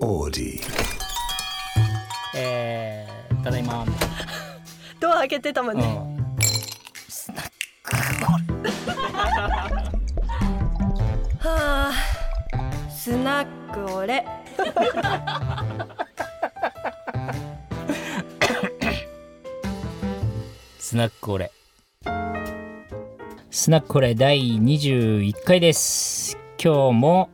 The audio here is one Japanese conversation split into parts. オーディえー、ただいま、ドア開けてたもんうね、ん、はあスナックオレスナックオレスナックオレ第21回です今日も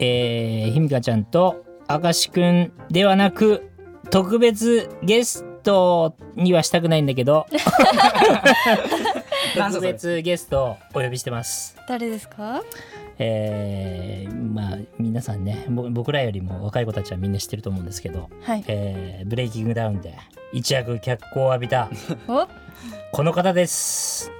えー、ひみかちゃんとあかしくんではなく特別ゲストにはしたくないんだけど特別ゲストをお呼びしてます誰ですかえー、まあ皆さんねぼ僕らよりも若い子たちはみんな知ってると思うんですけど、はいえーブレイキングダウンで一躍脚光を浴びたおこの方 です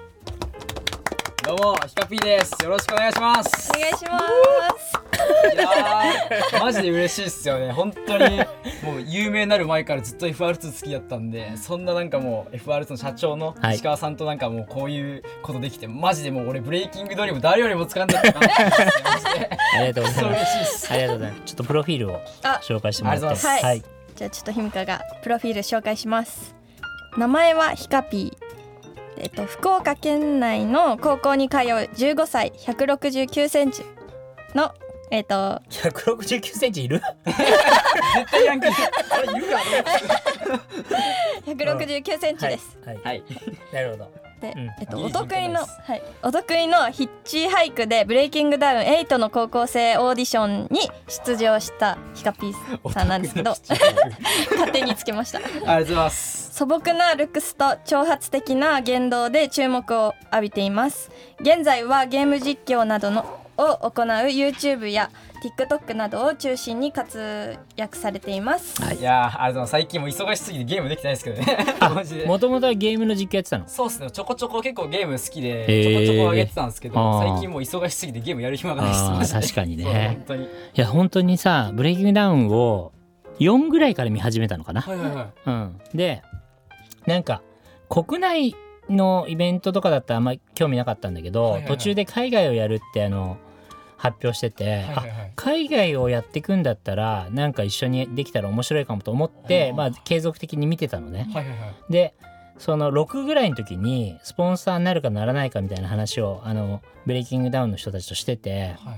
どうも、ヒカピーです。よろしくお願いします。お願いしますいやーマジで嬉しいっすよね。本当に、もう有名になる前からずっと FR2 好きだったんで、そんななんかもう FR2 の社長のはい石川さんとなんかもうこういうことできて、マジでもう俺ブレイキングドリーム誰よりも掴んでたな。マジでありがとうございそうま嬉すしいっす。ありがとうございますちょっとプロフィールをあ紹介してもらってありがとうざいごますはいじゃあちょっとひみかがプロフィール紹介します名前はひかぴーえっと福岡県内の高校に通う15歳169センチのえっと169センチいる絶対ヤンキー。これいるか169セン チです、はい、はいはい。なるほどで、うんえっといいお得意のヒントですはいお得意のヒッチハイクでブレイキングダウン8の高校生オーディションに出場したヒカピーさんなんですけど勝手につけましたありがとうございます。素朴なルックスと挑発的な言動で注目を浴びています現在はゲーム実況などのを行う YouTube や TikTok などを中心に活躍されています、いやー、ありがとうございます。最近もう忙しすぎてゲームできてないですけどね。マジで。もともとはゲームの実況やってたのそうっすね、ちょこちょこ結構ゲーム好きで、へーちょこちょこ上げてたんですけど、あー最近もう忙しすぎてゲームやる暇がないっすあーマジで確かにねそう本当に。いや本当にさブレイキングダウンを4ぐらいから見始めたのかなはいはいはい。うん、でなんか国内のイベントとかだったらあんまり興味なかったんだけど、はいはいはい途中で海外をやるってあの発表してて、はいはいはいあ海外をやっていくんだったらなんか一緒にできたら面白いかもと思って、あーまあ、継続的に見てたのね。はいはいはい。でその6ぐらいの時にスポンサーになるかならないかみたいな話をあのブレイキングダウンの人たちとしてては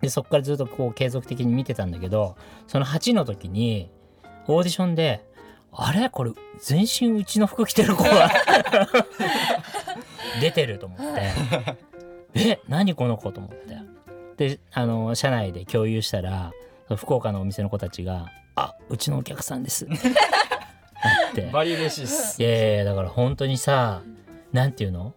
い、でそこからずっとこう継続的に見てたんだけどその8の時にオーディションで「あれこれ全身うちの服着てる子が 出てる」と思って「え何この子?」と思ってであの社内で共有したら福岡のお店の子たちが「あうちのお客さん です」ってなってバリ嬉しいっ す。いやいやいやだから本当にさなんていうの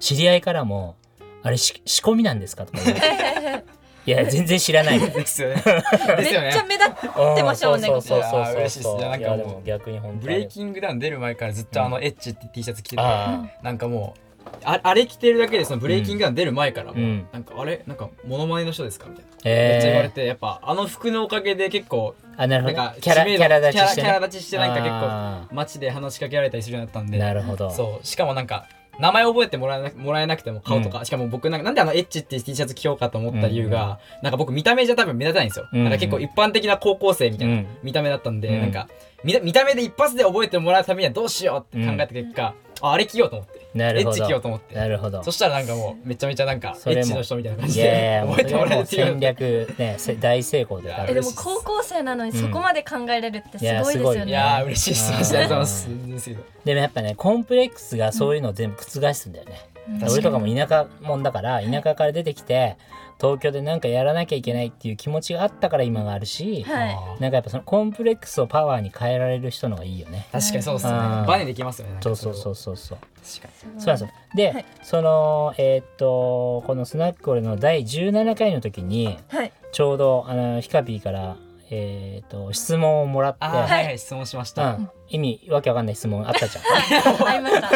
知り合いからも「あれし仕込みなんですか?」とか言われていや全 然知らない」ですよね。ですよめっちゃね。目立ってましたもんねそうそういそうやーそう嬉しいっすそうねなんかいやもうでも逆に本当ブレイキングダウン出る前からずっとあのエッチって T シャツ着てて、あなんかもうああれ着てるだけでそのブレイキングダウン出る前からも、うんなんかあれなんかモノマネの人ですかみたいな。ーめっちゃ言われえてやっぱあの服のおかげで結構ー、あなるほなんどかキャラ知名キ度ャラ立ちして、キャラキャラ立ちしてなんか結構あ街で話しかけられたりするようになったんーでなるほどそうしかもなんか名前覚えてもらえなもらえなくても顔とか、しかも僕なんかなんであのエッチって T シャツ着ようかと思った理由が、なんか僕見た目じゃ多分目立たないんですよ、うんうんなんか結構一般的な高校生みたいな、うん見た目だったんで、うんなんか見た見た目で一発で覚えてもらうためにはどうしようって考えた結果、ああれ着ようと思ってなるエほッどチ着ようと思ってなるほどそしたらなんかもうめちゃめちゃなんかそエれもッチの人みたいな感いじやいでや覚えてもらえるっていもうう戦略ねせ大成功でいえやでも高校生なのにそこまで考えれるってうんすごいですいやすごよいいねね、やー嬉しいっすマジでありがとうございますうん全然ですけどでもやっぱねコンプレックスがそういうのを全部覆すんだよね、うん確かに俺とかも田舎もんだから田舎から出てきて東京でなんかやらなきゃいけないっていう気持ちがあったから今があるし、はいあーなんかやっぱそのコンプレックスをパワーに変えられる人の方がいいよね。確かにそうっすねうんバネできますよねなんかそうそうれをそうそうそう。確かそうなんですよ。で、はいそのえーっとこのスナックオレの第17回の時にはいちょうどあのヒカピーからえーっと質問をもらって、あーはいはい質問しました、うん意味わけわかんない質問あったじゃん。会いました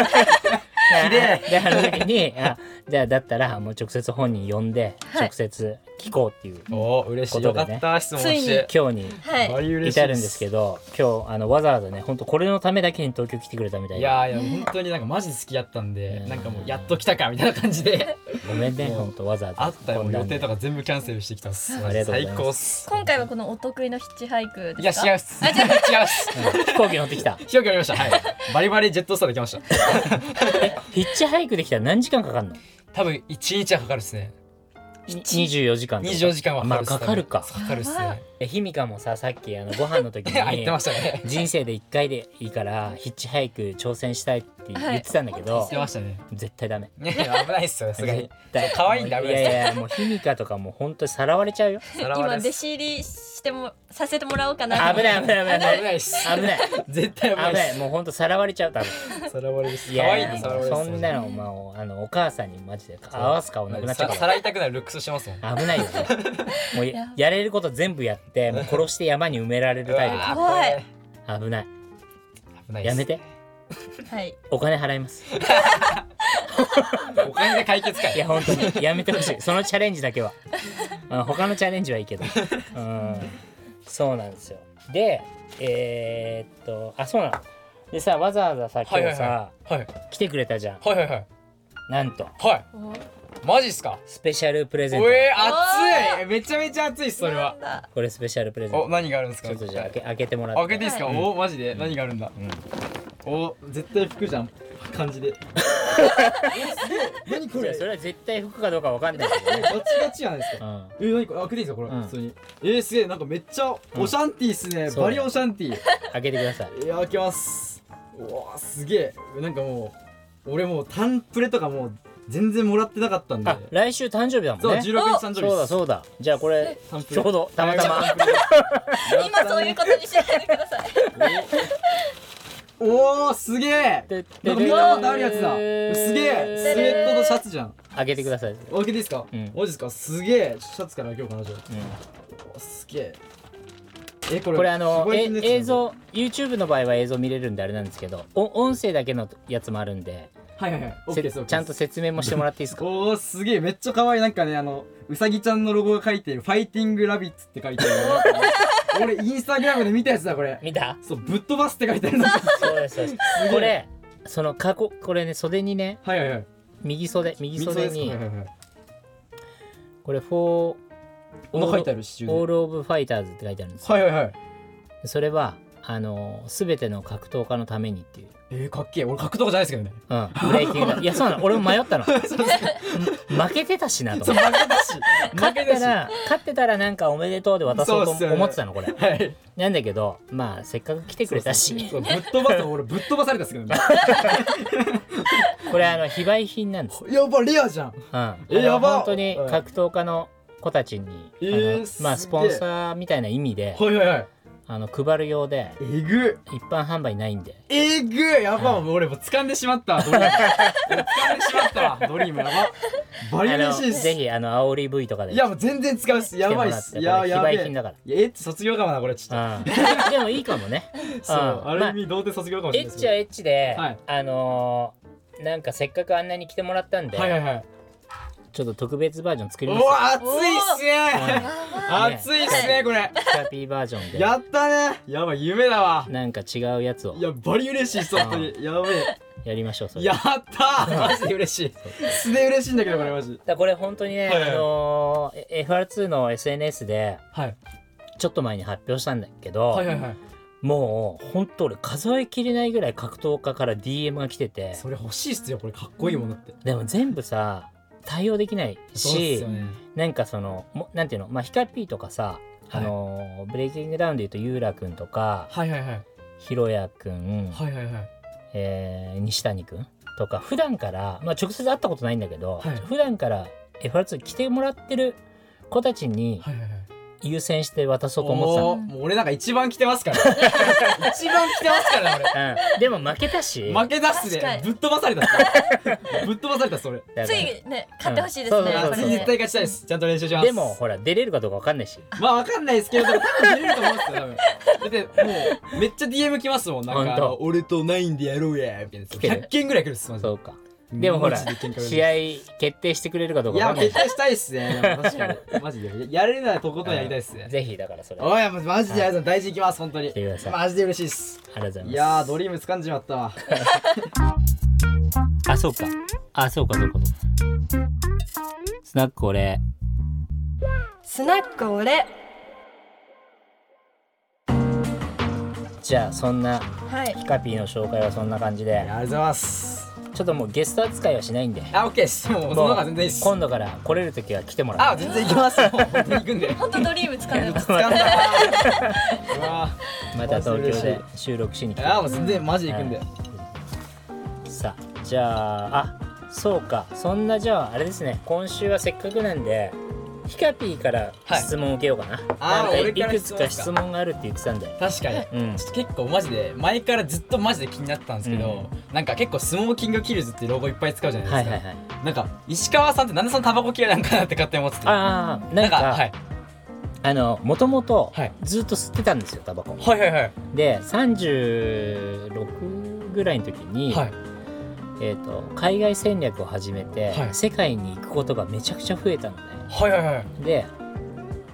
であの時にあじゃあだったらもう直接本人呼んで、はい直接聞こうっていうおー嬉しいこよとかでっねた質問ついにして今日にはいバリ嬉しい至るんですけど今日あのわざわざね本当これのためだけに東京来てくれたみたいいでやーいや本当になんかマジで好きだったんでうんなんかもうやっと来たかみたいな感じで ごめんねもう本当わざわざあったよこんな予んで定とか全部キャンセルしてきたっすありがとうございま最す高っす今回はこのお得意のヒッチハイクいでやすか違うっす 違うっすうん飛行機乗ってきた飛行機乗りましたはいバリバリジェットスターで来ましたヒッチハイクできたら何時間かかるの多分1日はかかるっすね24時間と24時間はかかるっすまあかかるかかかるっすやばねえひみかもささっきあのご飯の 時あ言ってまにしたね人生で1回でいいからヒッチハイク挑戦したいって言ってたんだけど、言ってましたね絶対ダメいや危ないっすよさすがに絶対可愛いんだい危ないやいっやすもうひみかとかもう本当にさらわれちゃうよさらわ今れっ弟す子入りしてもさせてもらおうかな危ない危ない危ない危ないっす危ない絶対危危ないっすないもう本当さらわれちゃう多分さらわれです。い可愛いやね。いさらやわれです。そんなの、まあ、あのお母さんにマジで合わす顔なくなっちゃうさかさらいたくなるルックスしてますもん。ら危 ないよねもうやややれること全部やってもう殺して山に埋められるタイうわー怖い。プ 危ない危ない。やめ。てはいお金払いますお金で解決かいやい。本当にやめてほ しいそのチャレンジだけは、うん、他のチャレンジはいいけどうんそうなんですよでえーっとあそうなのでさわざわざさ今はいは日いさ、はい。はい来てくれたじゃんはいはいはい。なんとはい。おマジっすか。スペシャルプレおゼントえ熱い。めちゃめちゃ熱いっすそれはなん。だこれスペシャルプレゼンおト何があるんですか。ちょっとじゃあ開開け開けてもらってけていいですか。はいおマジで何があるんだ。うんお絶対服じゃん。感じで。何こいやそれは絶対服かどうかわかんないけどね、 ガチガチじゃないですう。ん、え何これ開けていいですかこれうんに。えーすげえなんかめっちゃシャンティーっすねうんそうだよシャンティー。開けてくださいいや開けますうわすげえなんかもう俺もうタンプレとかもう全然もらってなかったんであ来週誕生日だもそうんね16日誕生日そうだうそうだじゃあこれタンプちレょうどたまたまタンプレ 今そういうことにしないでくださいおおすげえでなんか見たことあるやつだすげえスウェットとシャツじゃん開けてください、お開けていいですか、うんマジですかすげえシャツから開けようかなじゃあうおーすげええこん、れこれあのすごいえやつだ映像 YouTube の場合は映像見れるんであれなんですけどお音声だけのやつもあるんではいはいはいオッケせーですちゃんと説明もしてもらっていいですかおおすげえめっちゃ可愛いなんかねあのうさぎちゃんのロゴが書いてる「ファイティングラビッツ」って書いてる 俺インスタグラムで見たやつだこれ見たそうぶっ飛ばすって書いてあるんだそうですそうですげえこれその過去これね袖にねはいはいはい右袖右袖右に袖ですはいはいはいこれ「フォお腹書いてあるしーオール・オブ・ファイターズ」って書いてあるんですよはいはいはいそれはあの全ての格闘家のために っていう、えー、かっけえ俺格闘家じゃないですけどねうん、ブレイキングダウンいやそうなの俺も迷った の 負けてたしなとそう負けだし 勝負っけただしら勝ってたらなんかおめでとうで渡そうとそうっすよね思ってたのこれはいなんだけどまあせっかく来てくれたしそうぶっ飛ばす俺ぶっ飛ばされたっ すけどねこれあの非売品なんです、やばレアじゃんうん、あのやば本当に格闘家の子たちに、えあのーまあスすげポえンサーみたいな意味ではいはいはいあの配る用でえぐ一般販売ないんでえぐやば俺もう掴んでしまったわドリーム俺掴んでしまったわドリームやばバリあ嬉のしいっすぜひあの煽り V とかでいやもう全然使うっすやばいっ来すいてもらやってやこべれ非え売品だからいやエッチ卒業かもなこれちょっうん、 でもいいかもね。と そううんある意味童貞卒業かもしエれッないですチはエッチで、はいあのーなんかせっかくあんなに来てもらったんで、はいはいはいちょっと特別バージョン作りおますよ。わ熱いっすねばい熱いっすねこれハッピーバージョンで、やったねやばい夢だわなんか違うやつをいやバリ嬉しいっす本当にやべえやりましょう。それやったーマジで嬉しい素で嬉しいんだけどこれマジだからこれ本当にね、はいはいあのーえ FR2 の SNS ではいちょっと前に発表したんだけど、はいはいはいもう本当俺数えきれないぐらい格闘家から DM が来ててそれ欲しいっすよこれかっこいいものってでも全部さ対応できないそうっすしよ、ねなんかそのもなんていうのまあヒカピーとかさ、あのーブレイキングダウンでいうとユーラくんとかはいはいはいひろやくん、はいはいはいえー西谷くんとか普段からまあ直接会ったことないんだけど、はい普段から FR2 来てもらってる子たちにはいはいはい優先して渡そうと思ってたのおーもう俺なんか一番来てますから 一番来てますから俺うん、でも負けたし負け出す確かでにぶっ飛ばされたっすぶっ飛ばされた っす俺だかつらいね買ってほしいですそうねそうそうこれそう絶ね対勝ちたいですちゃんと練習しますでもほら出れるかどうかわかんないしまあわかんないですけど多分出れると思うんですよ多分だってもうめっちゃ DM 来ますもんなんほんかとあの俺とナインでやろうやみたいな来てる100件ぐらい来るっすマジでそうかでもほらマジで喧嘩売らない試合決定してくれるかどういかわやかんない決定したいっすねでも確かにマジでやれるならとことんやりたいっすねぜひだからそ れありおいマジでやるぞ大事いきます本当にてくださいマジで嬉しいっすがとうございますいやードリーム掴んじまったわあそうかあそうかそうかそうかスナック俺スナック俺じゃあそんなはいヒカピーの紹介はそんな感じいでやありがとうございますちょっともうゲスト扱いはしないんであオッケーっすもうもその方うが全然いいっす今度から来れる時は来てもらあう全然いきますもう本当に行 くんで本当ドリームつかないます掴んだなうわまた東京嬉でし収録しに来いてやもう全然マジで行くんでさあじゃああそうかそんなじゃああれですね今週はせっかくなんでヒカピーから質問を受けようかな,、あーなんか俺いからくつか質質問があるって言ってたんだよ確かにうんちょっと結構マジで前からずっとマジで気になってたんですけど、なんか結構スモーキングキルズっていうロゴいっぱい使うじゃないですか、はいはいはいなんか石川さんってなんでそのタバコ嫌いなんかなって勝手に思っててああなんかはい、あのもともとはいずっと吸ってたんですよタバコはいはいはいで36ぐらいの時に、はいえー、と海外戦略を始めて、はい世界に行くことがめちゃくちゃ増えたのねはいはいはいで、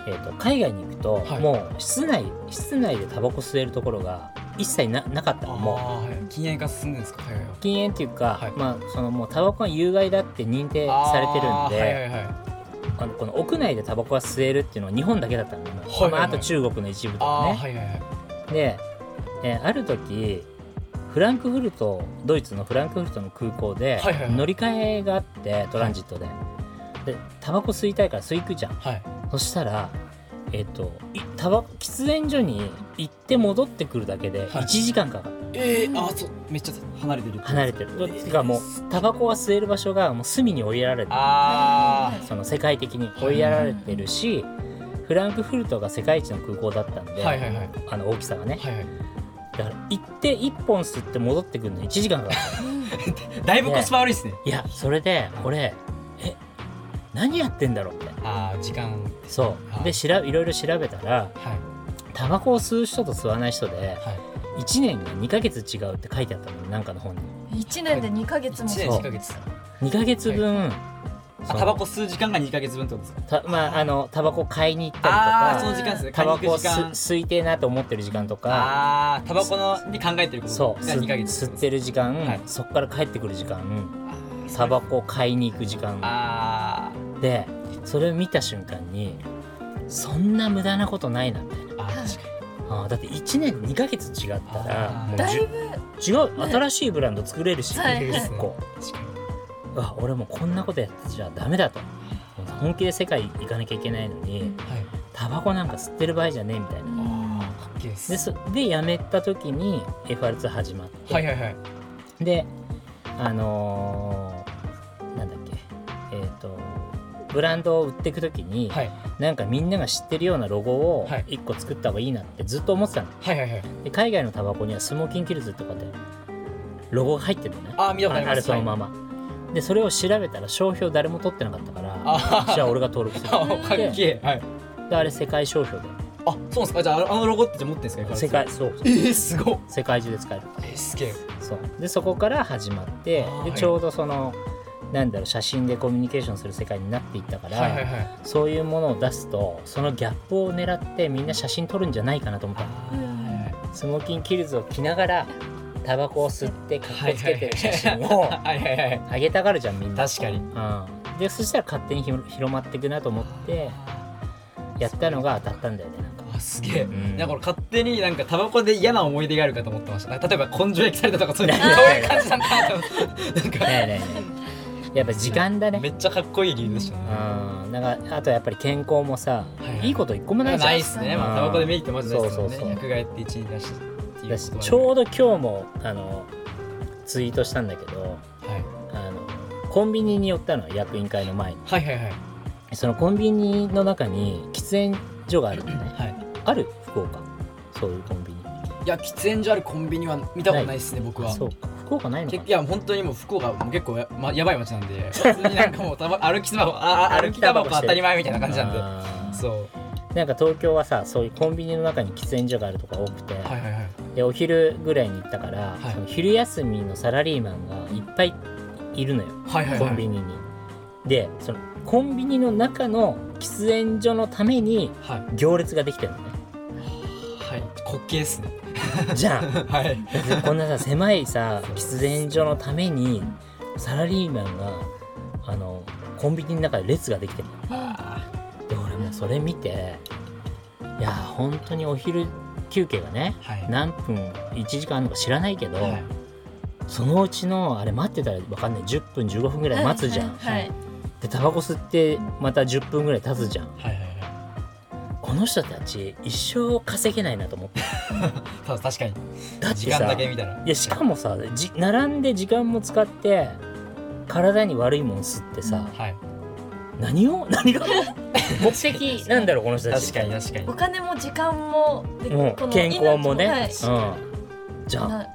えー、と海外に行くと、はいもう室内室内でタバコ吸えるところが一切ななかったのもうあーはい禁煙化進んでるんですかはいはいはい禁煙っていうか、はいまあそのもうタバコが有害だって認定されてるんであ、あーはいはいはいのこの屋内でタバコが吸えるっていうのは日本だけだったのね、いはいはいまあ、あと中国の一部とあかー、ね、はいはいはいで、えーある時フランクフルトドイツのフランクフルトの空港ではいはいはい乗り換えがあってトランジットで、でタバコ吸いたいから吸い行くじゃんはいそしたらえっ、といタバ喫煙所に行って戻ってくるだけではい1時間かかる、えー、あーそうめっちゃ離れてる離れてる、てかもうタバコは吸える場所がもう隅に追いやられてるあその世界的に追いやられてるし、フランクフルトが世界一の空港だったんーで、はいはいはいあの大きさがね、はいはいだから行って1本吸って戻ってくるのに1時間かかるだいぶコスパ悪いっすねいやそれで俺え何やってんだろうってああ時間そうはいで調べいろいろ調べたらはいタバコを吸う人と吸わない人ではい1年が2ヶ月違うって書いてあったのなんかの本に一年で二ヶ月も1年そう2ヶ月2ヶ月分あそうタバコ吸う時間が2ヶ月分ってことですかたまああのタバコ買いに行ったああーりとかその時間ですねタバコを買いに行く時間吸吸いてえなと思ってる時間とかああタバコのに考えてることそうが吸2ヶ月吸ってる時間、はいそっから帰ってくる時間タバコを買いに行く時間あでそれを見た瞬間にそんな無駄なことないなみたいなーあー確かあーだって1年2ヶ月違ったらあーもうだじいゅぶ違う新しいブランド作れるし、はいはい結構に確かにあ俺もうこんなことやってちゃダメだと本気で世界行かなきゃいけないのにはいタバコなんか吸ってる場合じゃねえみたいなああかっけえっすでそでやめた時に FR2 始まって、はいはいはいであのーなんだっけえっ、とブランドを売っていく時に、はいなんかみんなが知ってるようなロゴをはい1個作った方がいいなってずっと思ってたの、はいはいはいで海外のタバコにはスモーキンキルズとかでロゴが入ってるのねああ見たことありあまれすそのままでそれを調べたら商標誰も取ってなかったからあじゃあ俺が登録する あーかっけえはいであれ世界商標であそうなんですかじゃああのあのロゴって持ってんですか世界そうえー、すごっ世界中で使えるえー、すげえそうでそこから始まってあーではいちょうどそのなんだろう写真でコミュニケーションする世界になっていったから、はいはいはいそういうものを出すとそのギャップを狙ってみんな写真撮るんじゃないかなと思ったのあうーんはいはいスモーキンキルズを着ながらタバコを吸ってかっこつけてる写真を はいはいはいあげたがるじゃんみんな。確かにうん、でそしたら勝手にひろ広まっていくなと思ってやったのが当たったんだよねなんか。あすげえ、んなんか俺勝手になんかタバコで嫌な思い出があるかと思ってましたなんか例えば根性焼きされたと かそういうそういう感じなんだなと思ってなんねえかねえねえやっぱ時間 だね。めっちゃかっこいい理由でしたねうん、なんかあとやっぱり健康もさ、はいい、いこと一個もないじゃなんいっすね、まあ、タバコでメリットまずないですもんねそうそうそう薬害って一に出したっていうだこしとはちょうど今日もあのツイートしたんだけどはいあのコンビニに寄ったの役員会の前にはいはいはいそのコンビニの中に喫煙所があるのねはいある福岡そういうコンビニいや喫煙所あるコンビニは見たことないっすね僕はそうか福岡ないのかけいなや本当にもう福岡も結構や,、ま、やばい街なん で普通になんかもうタバ歩きタバコああ歩きタバコ当たり前みたいな感じなんあでーそうなんか東京はさそういうコンビニの中に喫煙所があるとか多くて、はいはいはいでお昼ぐらいに行ったから、はいその昼休みのサラリーマンがいっぱいいるのよはいはいコはンビいニに。でそのコンビニの中の喫煙所のためにはい行列ができてるの ね。はい滑稽ですね じゃあはいだってこんなさ狭いさ喫煙所のためにサラリーマンがあのコンビニの中で列ができてるので俺もうそれ見ていや本当にお昼休憩がねはい何分1時間あるのか知らないけど、はいそのうちのあれ待ってたら分かんない10分15分ぐらい待つじゃん、はいはいでタバコ吸ってまた10分ぐらい経つじゃんはいはいはこの人たち一生稼げないなと思っていただ確かにだって時間さだけ見たらいやしかもさじ並んで時間も使って体に悪いもん吸ってさはい何を 何が目的なんだろうこの人たち確かに確かにお金も時間もでもこうの健康もね、命もはうん、じゃあはい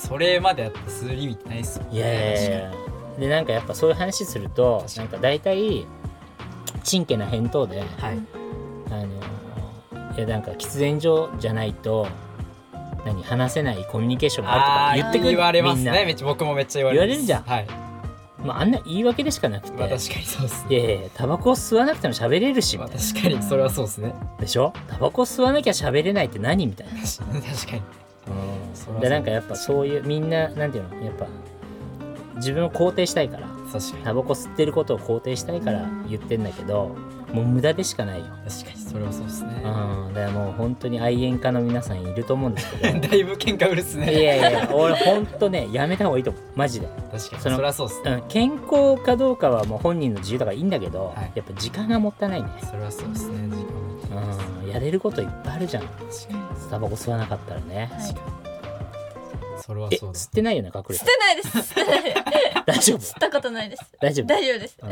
それまでやってする意味ってないっすもんいやいやいやでなんかやっぱそういう話すると確かなにんか大体ちんけな返答で、確かにあのいやなんか喫煙所じゃないと何話せないコミュニケーションがああるーとか言ってくる言われますみんなねめっちゃ僕もめっちゃ言われま言すわれるじゃんはいまあ、あんな言い訳でしかなくて、まあ確かにそうっすいねやいやいやタバコ吸わなくても喋れるしまみあたいな確かにそれはそうっすねでしょタバコ吸わなきゃ喋れないって何みたいな、確かに確かにそれはそうでなんかやっぱそういうみんななんていうのやっぱ自分を肯定したいから確かにタバコ吸ってることを肯定したいから言ってんだけどもう無駄でしかないよ確かにそれはそうっすねうん、だからもう本当に愛煙家の皆さんいると思うんです けどだいぶ喧嘩売るっすいやねいやいや俺本当ねやめた方がいいと思うマジで、確かにそそのれはそうっすねうん、健康かどうかはもう本人の自由だからいいんだけど、はいやっぱ時間がもったいないね、それはそうっすね時間もうん、やれることいっぱいあるじゃん確かにタバコ吸わなかったらね、はいそれはえそうだ吸ってないよね隠れ 捨ててないです捨てないです大丈夫捨ったことないです大丈夫大丈夫ですうん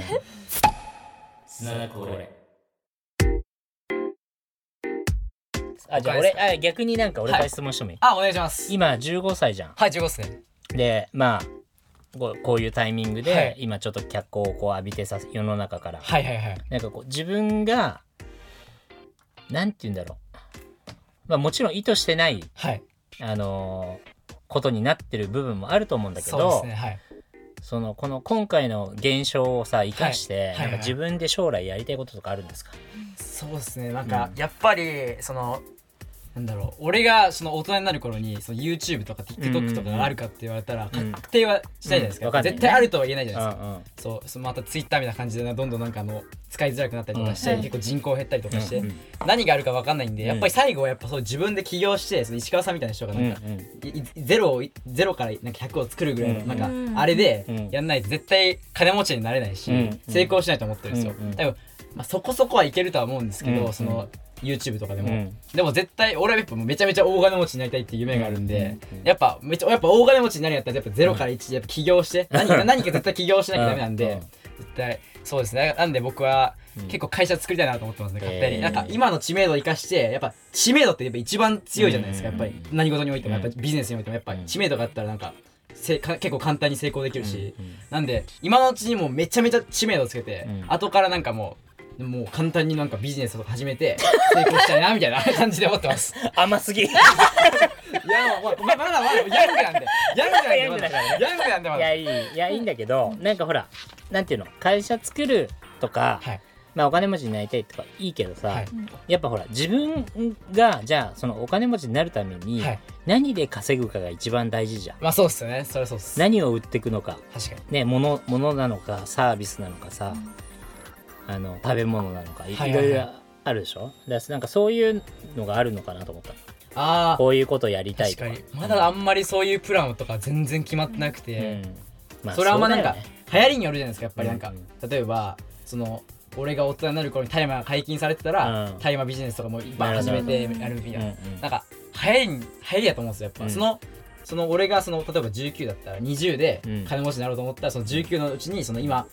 あじゃあ俺あ逆になんか俺から質問してもいい、あお願いします今15歳じゃんはい15っすねでまあこうこういうタイミングで、はい今ちょっと脚光をこう浴びてさ世の中から、はいはいはいなんかこう自分がなんて言うんだろう、まあ、もちろん意図してない、はいあのーことになってる部分もあると思うんだけそうでどすねはいそのこの今回の現象をさ生かして、はいはいはいなんか自分で将来やりたいこととかあるんですか、そうですねなんか、うんやっぱりそのなんだろう俺がその大人になる頃にその YouTube とか TikTok とかがあるかって言われたら、うん確定はしたいじゃないですか,、うんわかんないね絶対あるとは言えないじゃうなんいですうか、んそうそのまた Twitter みたいな感じでなどんどんなんかあの使いづらくなったりとかして、うん結構人口減ったりとかして、うん何があるか分かんないんで、うんやっぱり最後はやっぱそう自分で起業してその石川さんみたいな人うがなんんか、いいゼロをゼロからなんか100を作るぐらいのうんなんうんかあれでうんやんないと絶対金持ちになれないしうん成功しないと思ってるんですようん多分まあそこそこはいけるとは思うんですけうどんその YouTube とかでうもんでも絶対俺はやっぱめちゃめちゃ大金持ちになりたいっていう夢があるんでうんやっぱめちゃやっぱ大金持ちになるんやったらやっぱゼロから1やっぱ起業して何か何か絶対起業しなきゃダメなんうんで絶対そうですねなんで僕はうん結構会社作りたいなと思ってますね勝手えにーなんか今の知名度を生かしてやっぱ知名度ってやっぱ一番強いじゃないですかやっぱりうん何事においてもやっぱうんビジネスにおいてもやっぱうん知名度があったらなんかせか結構簡単に成功できるし、うんうんなんで今のうちにもうめちゃめちゃ知名度つけて、うん後からなんかもうもう簡単になんかビジネスとか始めて成功したいなみたいな 感じで思ってますい甘すぎ いやもうままだまだヤングなんでヤングなんでまだヤングなんでまだやいいいやいいんだけどなんかほらなんていうの会社作るとか、はいまあ、お金持ちになりたいとかいいけどさ、はいやっぱほら自分がじゃあそのお金持ちになるためにはい何で稼ぐかが一番大事じゃん、まあそうっすよねそれはそうっす何を売っていくのか確かにね物物なのかサービスなのかさ、あの食べ物なのかい,、はいろはいはいいろあるでしょだからなんかそういうのがあるのかなと思ったのああこういうことやりたい確とかにまだあんまりそういうプランとか全然決まってなくて、うんまそれはまあうだなんよかね流行りによるじゃないですかやっぱりなんか、うん例えばその俺が大人になる頃に大麻が解禁されてたらうん大麻、ビジネスとかもバン始めてやるみたいな、うんうんなんか流行りに流行りやと思うんですよやっぱ、うんそのその俺がその例えば19だったら20でうん金持ちになろうと思ったらその19のうちにその今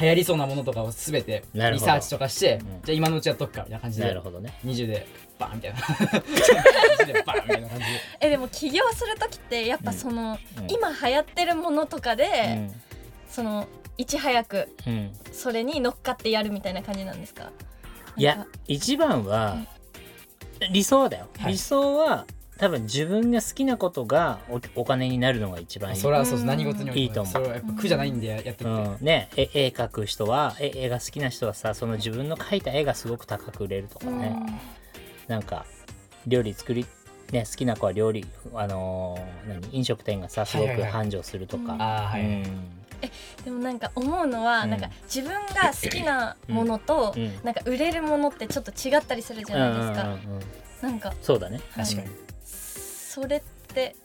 流行りそうなものとかを全てリなるほどサーチとかして、うんじゃあ今のうちやっとくかみたいな感じなでるほどね20でバーンみた いな20でバーンみたいな感じでえでも起業する時ってやっぱその、うん今流行ってるものとかで、そのいち早くうんうんそれに乗っかってやるみたいな感じなんですかいや一番は理想だよ、はい理想は多分自分が好きなことがおお金になるのが一番いい。それはそうです何事においてもいいと思うそれはやっぱ苦じゃないんでやってって、うん、ねえ絵描く人はえ絵が好きな人はさその自分の描いた絵がすごく高く売れるとかね、なんか料理作りね好きな子は料理あのー何飲食店がさすごはいくはいはい繁盛するとか、ああはい、でもなんか思うのは、うんなんか自分が好きなものと、うんうんなんか売れるものってちょっと違ったりするじうゃん、ないですか、うんうんうんなんかそうだねはい確かにそれって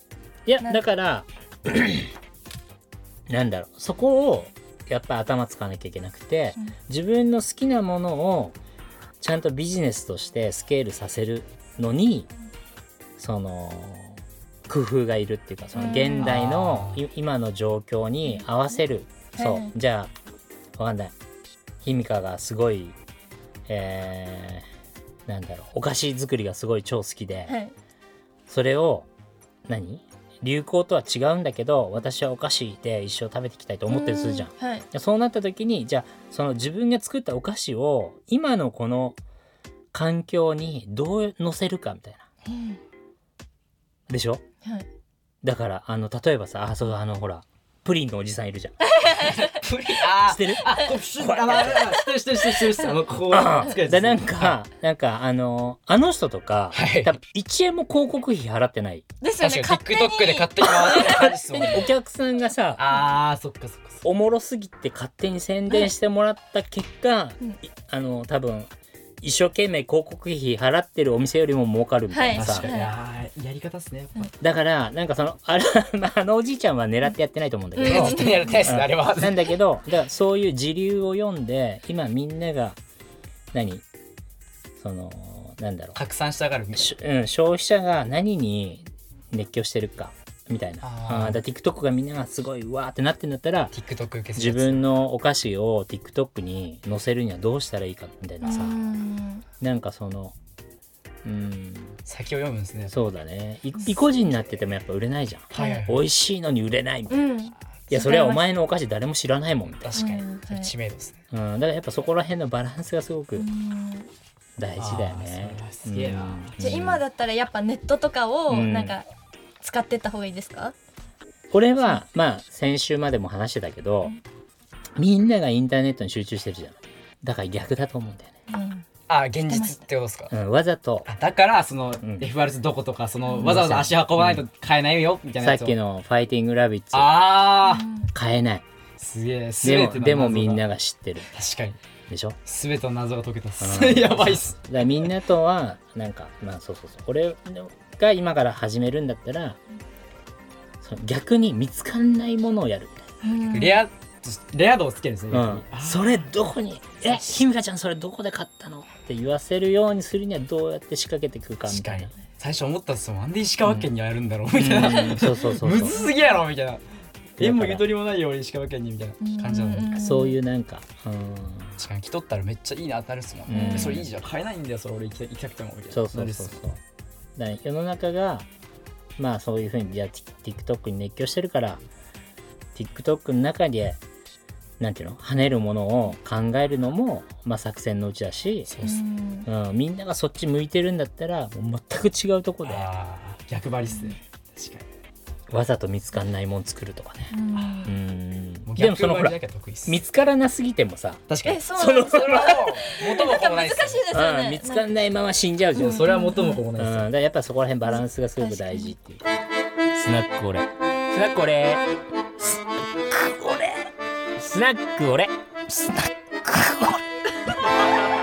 いやなんだから なんだろうそこをやっぱ頭使わなきゃいけなくて、うん自分の好きなものをちゃんとビジネスとしてスケールさせるのにその工夫がいるっていうかその現代のうんい今の状況に合わせる、うんそう、はいはいじゃあわかんないひみかがすごいえーなんだろうお菓子作りがすごい超好きで、はいそれを何流行とは違うんだけど私はお菓子で一生食べていきたいと思ってるとするじゃん。はいでそうなった時にじゃあその自分が作ったお菓子を今のこの環境にどう乗せるかみたいな。うんでしょはいだからあの例えばさあそうあのほらプリンのおじさんいるじゃん。プリンあー知ってるあこうシュッあまあまあ知ってる知ってる知ってる知ってるあのこうつけるやつでなんかなんかあのあの人とか、はい多分1円も広告費払ってない。ですよね確かに勝手に TikTok で勝手に回ってる感じですもんねお客さんがさあーそっかそっかそっかおもろすぎて勝手に宣伝してもらった結果、うんいあの多分一生懸命広告費払ってるお店よりも儲かるみたいなさ、確かにはいあーやり方っすねやっぱだからなんかそのあれ、 まあ、あのおじいちゃんは狙ってやってないと思うんだけど、うん絶対やりたいっすねあれはなんだけどだからそういう時流を読んで今みんなが何そのなんだろ拡散したがるみうたいしうん、消費者が何に熱狂してるかみたいなあーあーだから TikTok がみんながすごいうわーってなってんだったらな TikTok 受けすぎ自分のお菓子を TikTok に載せるにはどうしたらいいかみたいなさ、うんなんかそのうん先を読むんですねそうだねい意固地になっててもやっぱ売れないじゃんはいはい美味しいのに売れないみたいなうんいやそれはお前のお菓子誰も知らないもんみたい確かにうんはい知名度ですねな、うん、だからやっぱそこら辺のバランスがすごくうん大事だよねあーそれはすげえなうんじゃあ今だったらやっぱネットとかうをんなんか使ってった方がいいですか、俺はまあ先週までも話してたけどみんながインターネットに集中してるじゃんだから逆だと思うんだよね、うんあー現実ってことですかうん、わざとあだからそのん FRS どことかそのわざわざ足運ばないと買えないよみたいなさっやつをきの「ファイティングラビッツ」あー買えないすげえすべでてもでもの謎がみんなが知ってる確かにでしょすべての謎が解けたっすうん やばいっすだからみんなとはなんかまあそうそうそう俺が今から始めるんだったらその逆に見つかんないものをやるみたいうんレアレア度をつけるんですねな、逆にあーそれどこに「えひみかちゃんそれどこで買ったの?」って言わせるようにするにはどうやって仕掛けていくかみ確たかいにな最初思ったっすもんなんで石川県にやるんだろうみたいなうんそうそう そうむそずうすぎやろみたいな縁もゆとりもないように石川県にみたいな感じなのうんにそういうなんかうん確かに着とったらめっちゃいいな当たるっすもんうんでそれいいじゃん買えないんだよそれ俺行きた行きたくてもみたいなそうそうそうなるっすそうだから世の中がまあそういうふうにじゃあ TikTok に熱狂してるから TikTok の中でなんていうの跳ねるものを考えるのも、まあ、作戦のうちだし、そうっすうんうん、みんながそっち向いてるんだったらもう全く違うとこであー逆張りっすね確かにわざと見つかんないもん作るとかねうんうんもうでもそ逆の張ほりらだけは得意っす見つからなすぎてもさ、確かえにそうなんですそよれはもう元も子もな難いしっいですすうよん、ね見つかんないまま死んじゃうじゃん、もうそれは元も子もないっうん、すだからやっぱそこら辺バランスがすごく大事っていう。スナックオレ。スナックオレ。スナックオレ。スナックオレ。スナックオレ。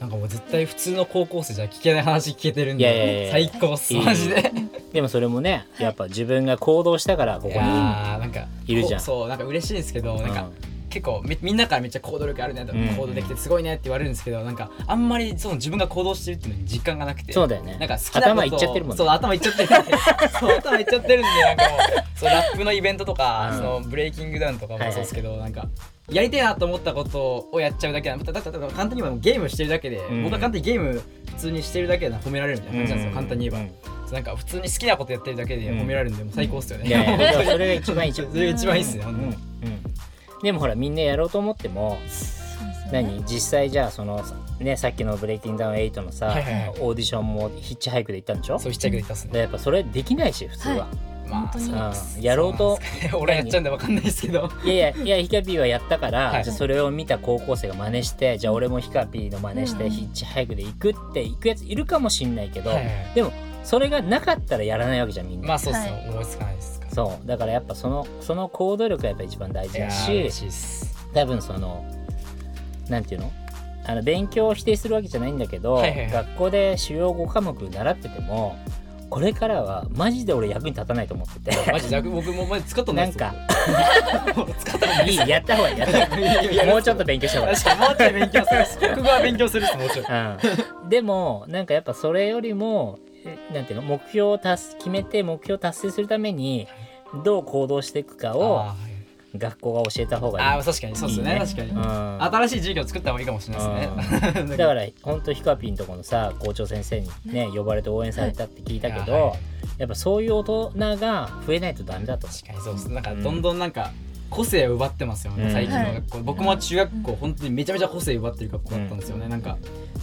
なんかもう絶対普通の高校生じゃ聞けない話聞けてるんでいやいやいや最高っすいいマジででもそれもね、やっぱ自分が行動したからこいこやーに。なんかいるじゃんこうそうなんか嬉しいんですけどなんかうん結構みみんなからめっちゃ行動力あるねとかうん行動できてすごいねって言われるんですけどなんかあんまりその自分が行動してるっていうのに実感がなくてそうだよね。なんか好きなことを頭いっちゃってるもんそうね。頭いっちゃっ てるんでそう頭いっちゃってるんでなんかもうそうラップのイベントとか、うんそのブレイキングダウンとかもはいはそいうですけど、なんかやりたいなと思ったことをやっちゃうだけなんだだだだだ簡単に言えばもうゲームしてるだけで、ん僕は簡単にゲーム普通にしてるだけで褒められるみたいな感じなんですよ、簡単に言えば、ば。そうなんか普通に好きなことやってるだけでうん褒められるんで、もう最高っすよ ね、いやいや、でもそれが一一番一そ番。れが一番いいっすね、うほんんとうんでもほらみんなやろうと思っても何実際じゃあそのねさっきの「ブレイキングダウン8」のさ、はいはいはいオーディションもヒッチハイクで行ったんでしょそうひっちゃくで言ったっすでねやっぱそれできないし普通は、まあうそんうやろうとなんですかね俺やっちゃうんでわかんないですけどいやいやいやヒカピーはやったから、はいじゃあそれを見た高校生が真似してじゃあ俺もヒカピーの真似しうてんヒッチハイクで行くって行くやついるかもしんないけど、はいはいでもそれがなかったらやらないわけじゃんみんな、まあそうっすはね思いつかないですかそうだからやっぱそのその行動力がやっぱ一番大事いやだーし嬉しいっす多分そのなんていうのあの勉強を否定するわけじゃないんだけど、はいはいはい学校で主要5科目習っててもこれからはマジで俺役に立たないと思っててマジで僕もマジ使ったことなないんっすよかもう使ったことないいい やった方がいいやった方いやいやいがいいやもうちょっと勉強した方がいい確かにもうちょい勉強するっす国語は勉強するっすもうちょいうん、でもなんかやっぱそれよりもえなんていうの目標を達す決めて目標を達成するためにどう行動していくかをあ学校が教えた方ーがあいい。ー確かにそうっすいいねね確かにうん新しい授業作った方がいいかもしれ ないですねだから本当ヒカピンとこのさ校長先生にね呼ばれて応援されたって聞いたけど、はいはいやっぱそういう大人が増えないとダメだと。確かにそうですなんかどんどんなんか個性を奪ってますよね、うん最近はのい学校、僕も中学校本当にめちゃめちゃ個性奪ってる学校だったんですよね、なんか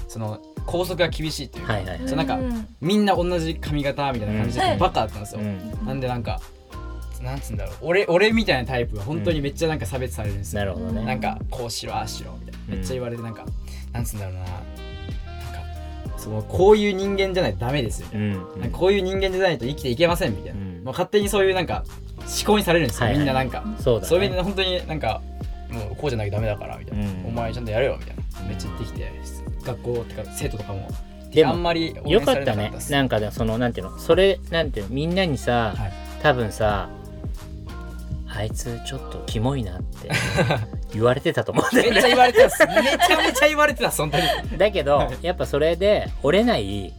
その校則が厳しいっていうか、はいはい。じゃあなんかうんみんな同じ髪型みたいな感じうでんバカだったんですうよ、ん、なんでなんかなんつうんだろう俺俺みたいなタイプは本当にめっちゃなんか差別されるんですよ、なるほどなんね。かこうしろああしろみたいなめっちゃ言われてなんか、なんつうんだろうななんかそのこういう人間じゃないとダメですよ、うん、なんかこういう人間じゃないと生きていけませんみたいな、うんもう勝手にそういうなんか思考にされるんですよ、はいはいみんななんか、そうだ、ね。そういう意味で本当になんかもうこうじゃなきゃダメだからみたいな、うんお前ちゃんとやれよみたいな、うんめっちゃ言ってきて学校ってか生徒とかもであんもまり応よ援かさっれたなかねった。ですなんかねそのなんていうのそれなんていうのみんなにさ、はい多分さあいつちょっとキモいなって 言われてたと思うんだめよっちゃ言われてたっすめちゃめちゃ言われてたっす本当にだけど、はいやっぱそれで折れない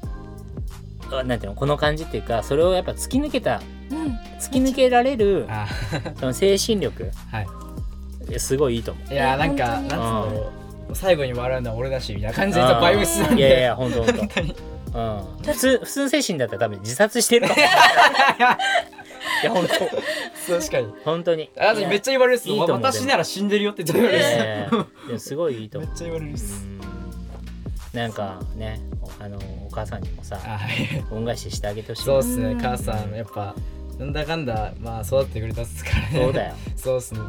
あなんていうのこの感じっていうかそれをやっぱ突き抜けたうん突き抜けられるあその精神力ーはいすごいいいと思う。いやーなんかなん本に当つうんだろう最後に笑うのは俺だしみたいな感じであーバイブスなんいやいでや本 当本当。うん、普通普通の精神だったら多分自殺してる かもいや本確かに当本当に。あとめっちゃ言われるっすいやいいと思う私なら死んでるよって言われるっす、ええでもすごいいいとめ思っう。ちゃ言われるっす、うんなんかねあのお母さんにもさあはい恩返ししてあげてほしいそうっすねうん母さんやっぱなんだかんだまあ育ってくれたっすからねそうだよそうっすねうん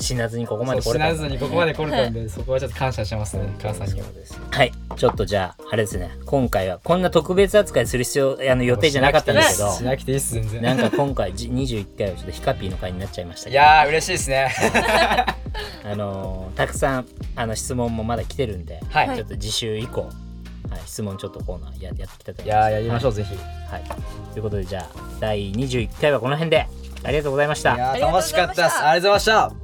死なずにここまでそう来死れたなずにここまで来れたんでそこはちょっと感謝してますね母さんにはそうですはいちょっとじゃああれですね今回はこんな特別扱いする必要あの予定じゃなかったんだけどしなくていいっす全然なんか今回じ21回はちょっとヒカピーの回になっちゃいましたいけどやー嬉しいですねあのーたくさんあの質問もまだ来てるんで、はいちょっと次週以降、はい、質問ちょっとコーナーややっていきたいと思いいまやすーやりましょうぜひいはい、ということでじゃあ第21回はこの辺でありがとうございました。やあーりがとうご楽ざいまししたかったっすありがとうございました